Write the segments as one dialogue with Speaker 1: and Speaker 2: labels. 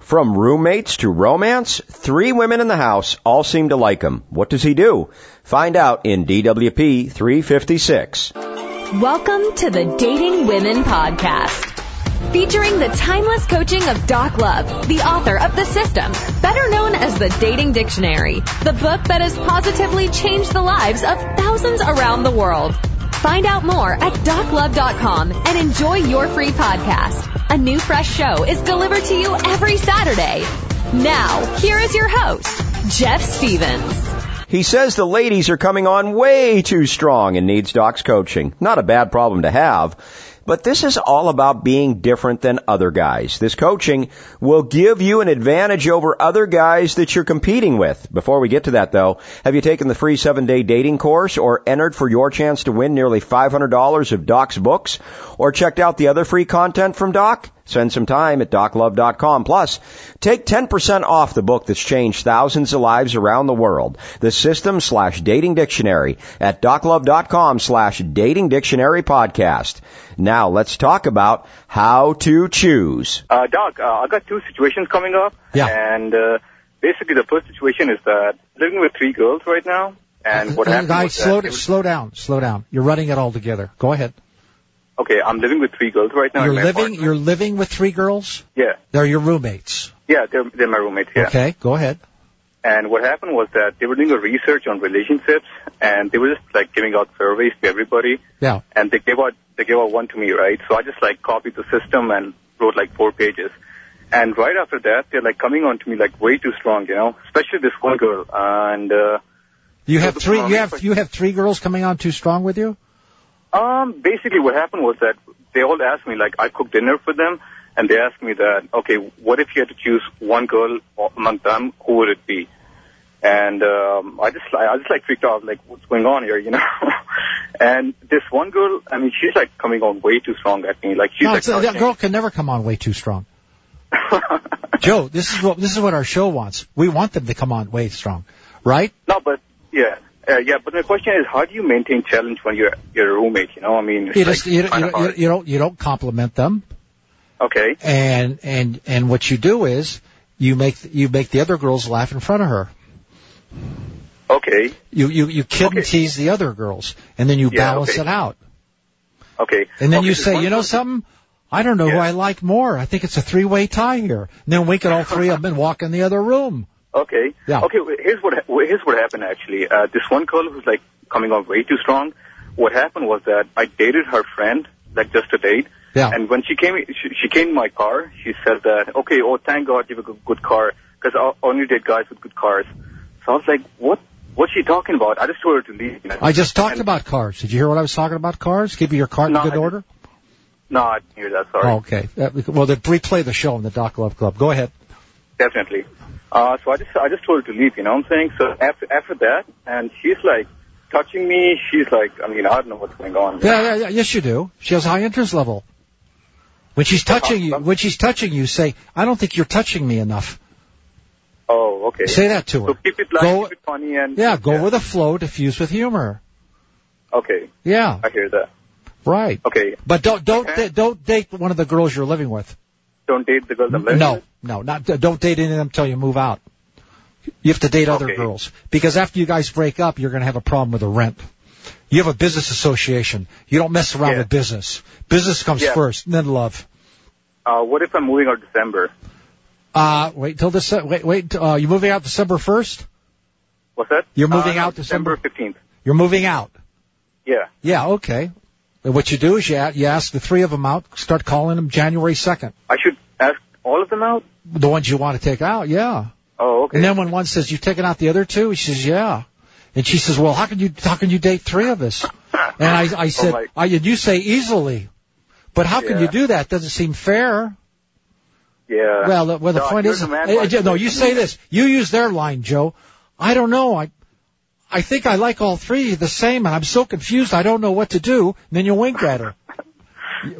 Speaker 1: From roommates to romance, three women in the house all seem to like him. What does he do? Find out in DWP 356.
Speaker 2: Welcome to the Dating Women Podcast. Featuring the timeless coaching of Doc Love, the author of The System, better known as the Dating Dictionary, the book that has positively changed the lives of thousands around the world. Find out more at doclove.com and enjoy your free podcast. A new fresh show is delivered to you every Saturday. Now, here is your host, Jeff Stevens.
Speaker 1: He says the ladies are coming on way too strong and needs Doc's coaching. Not a bad problem to have. But this is all about being different than other guys. This coaching will give you an advantage over other guys that you're competing with. Before we get to that though, have you taken the free seven day dating course or entered for your chance to win nearly $500 of Doc's books or checked out the other free content from Doc? Spend some time at doclove.com. Plus, take 10% off the book that's changed thousands of lives around the world. The system slash dating dictionary at doclove.com slash dating dictionary podcast. Now let's talk about how to choose.
Speaker 3: Uh, Doc, uh, I got two situations coming up.
Speaker 4: Yeah.
Speaker 3: And uh, basically, the first situation is that living with three girls right now, and what
Speaker 4: Uh,
Speaker 3: happened
Speaker 4: guys,
Speaker 3: was
Speaker 4: slow,
Speaker 3: that it was-
Speaker 4: slow down, slow down. You're running it all together. Go ahead.
Speaker 3: okay, I'm living with three girls right now. in
Speaker 4: you're
Speaker 3: my
Speaker 4: living,
Speaker 3: apartment.
Speaker 4: you're living with three girls.
Speaker 3: Yeah,
Speaker 4: They're your roommates.
Speaker 3: yeah, they're they're my roommates. Yeah.
Speaker 4: Okay, go ahead.
Speaker 3: And what happened was that they were doing a research on relationships, and they were just like giving out surveys to everybody,
Speaker 4: Yeah.
Speaker 3: and they gave out they gave out one to me, right? So I just like copied the system and wrote like four pages. And right after that, they're like coming on to me like way too strong, you know, especially this one girl. And uh,
Speaker 4: You
Speaker 3: So
Speaker 4: have
Speaker 3: the
Speaker 4: three. You
Speaker 3: problem-
Speaker 4: have you have three girls coming on too strong with you.
Speaker 3: Um, basically, what happened was that they all asked me, like, I cooked dinner for them, and they asked me that, okay, what if you had to choose one girl among them? Who would it be? And um, I just, I just like freaked out, like, what's going on here, you know? and this one girl, I mean, she's like coming on way too strong at me, like she's
Speaker 4: no,
Speaker 3: like,
Speaker 4: it's- that
Speaker 3: touching-
Speaker 4: girl can never come on way too strong. Joe, this is what this is what our show wants. We want them to come on way strong, right?
Speaker 3: no, but yeah. Uh, yeah, but the question is, how do you maintain challenge when you're you're a roommate? You know, I mean, it's
Speaker 4: You
Speaker 3: like
Speaker 4: just you,
Speaker 3: kind
Speaker 4: you,
Speaker 3: of
Speaker 4: you,
Speaker 3: hard.
Speaker 4: you don't you don't compliment them,
Speaker 3: okay,
Speaker 4: and and and what you do is you make you make the other girls laugh in front of her.
Speaker 3: okay.
Speaker 4: You you you kid and
Speaker 3: Okay.
Speaker 4: tease the other girls, and then you
Speaker 3: Yeah,
Speaker 4: balance
Speaker 3: okay.
Speaker 4: it out.
Speaker 3: Okay.
Speaker 4: And then
Speaker 3: Okay,
Speaker 4: you
Speaker 3: this
Speaker 4: say,
Speaker 3: one
Speaker 4: you know
Speaker 3: girl-
Speaker 4: something? I don't know who
Speaker 3: Yeah.
Speaker 4: I like more. I think it's a three-way tie here. And then we could all three of them and walk in the other room.
Speaker 3: Okay.
Speaker 4: Yeah.
Speaker 3: Okay. wait, Here's what ha- wait, here's what happened actually. Uh, this one girl who's like coming on way too strong. What happened was that I dated her friend, like just a date.
Speaker 4: Yeah.
Speaker 3: And when she came, she, she came in my car. She said that, okay, oh thank God you have a good, good car, because I only date guys with good cars. So I was like, what? What's she talking about? I just told her to leave. you know.
Speaker 4: I just talked
Speaker 3: And-
Speaker 4: about cars. Did you hear what I was talking about cars? Give you your car in
Speaker 3: No, I
Speaker 4: good
Speaker 3: didn't.
Speaker 4: order?
Speaker 3: No, I didn't hear that. Sorry.
Speaker 4: Oh, okay. That, well, then replay the show in the Doc Love Club. Go ahead.
Speaker 3: Definitely. Uh, so I just I just told her to leave. You know what I'm saying? So after after that, and she's like touching me. She's like, I mean, I don't know what's going on.
Speaker 4: Yeah, yeah, yeah. Yes, you do. She has a high interest level. When she's touching you, when she's touching you, say, I don't think you're touching me enough.
Speaker 3: Oh, okay.
Speaker 4: Say that to her.
Speaker 3: So keep it light,
Speaker 4: Go-
Speaker 3: keep it funny, and
Speaker 4: Yeah, go with a flow, diffuse with humor.
Speaker 3: Okay,
Speaker 4: Yeah,
Speaker 3: I hear that.
Speaker 4: right.
Speaker 3: Okay,
Speaker 4: But don't don't
Speaker 3: Okay.
Speaker 4: da- don't date one of the girls you're living with.
Speaker 3: don't date the girls I'm living
Speaker 4: No,
Speaker 3: with.
Speaker 4: no, not uh, don't date any of them until you move out. You have to date other
Speaker 3: Okay.
Speaker 4: girls because after you guys break up, you're going to have a problem with the rent. You have a business association. You don't mess around
Speaker 3: Yeah.
Speaker 4: with business. Business comes
Speaker 3: Yeah.
Speaker 4: first, then love.
Speaker 3: Uh, what if I'm moving out December?
Speaker 4: Uh, wait till this. Wait, wait. till- Uh, you're moving out December first.
Speaker 3: What's that?
Speaker 4: You're moving
Speaker 3: Uh,
Speaker 4: out December-
Speaker 3: fifteenth.
Speaker 4: You're moving out.
Speaker 3: Yeah.
Speaker 4: Yeah, okay. And what you do is you, a- you ask the three of them out. Start calling them January second.
Speaker 3: I should ask all of them out.
Speaker 4: The ones you want to take out. Yeah.
Speaker 3: Oh, okay.
Speaker 4: And then when one says, "You've taken out the other two? he says, "Yeah." And she says, "Well, how can you how can you date three of us?" And I, I said,
Speaker 3: Oh, my-
Speaker 4: I, and you say easily, but how can
Speaker 3: Yeah.
Speaker 4: you do that? Doesn't seem fair.
Speaker 3: yeah.
Speaker 4: Well, the, well, the
Speaker 3: Doc,
Speaker 4: point
Speaker 3: you're
Speaker 4: is,
Speaker 3: the man
Speaker 4: eh,
Speaker 3: who
Speaker 4: eh,
Speaker 3: actually
Speaker 4: no, you
Speaker 3: listened.
Speaker 4: say this. You use their line, Joe. I don't know. I, I think I like all three the same, and I'm so confused. I don't know what to do. And then you wink at her.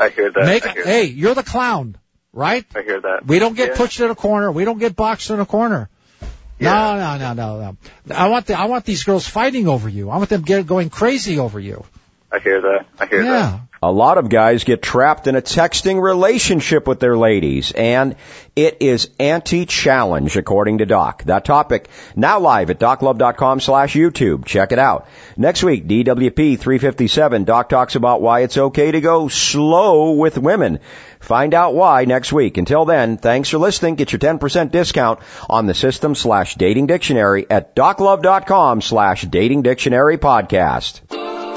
Speaker 3: I hear that.
Speaker 4: Make,
Speaker 3: I hear,
Speaker 4: hey, you're the clown, right?
Speaker 3: I hear that.
Speaker 4: We don't get
Speaker 3: yeah.
Speaker 4: pushed in a corner. We don't get boxed in a corner. No, no, no, no, no. I want the, I want these girls fighting over you. I want them get, going crazy over you.
Speaker 3: I hear that. I hear
Speaker 4: Yeah.
Speaker 3: that.
Speaker 1: a lot of guys get trapped in a texting relationship with their ladies, and it is anti-challenge, according to Doc. That topic now live at doclove.com slash YouTube. Check it out. Next week, DWP 357, Doc talks about why it's okay to go slow with women. Find out why next week. Until then, thanks for listening. Get your 10% discount on the system slash dating dictionary at doclove.com slash dating dictionary podcast.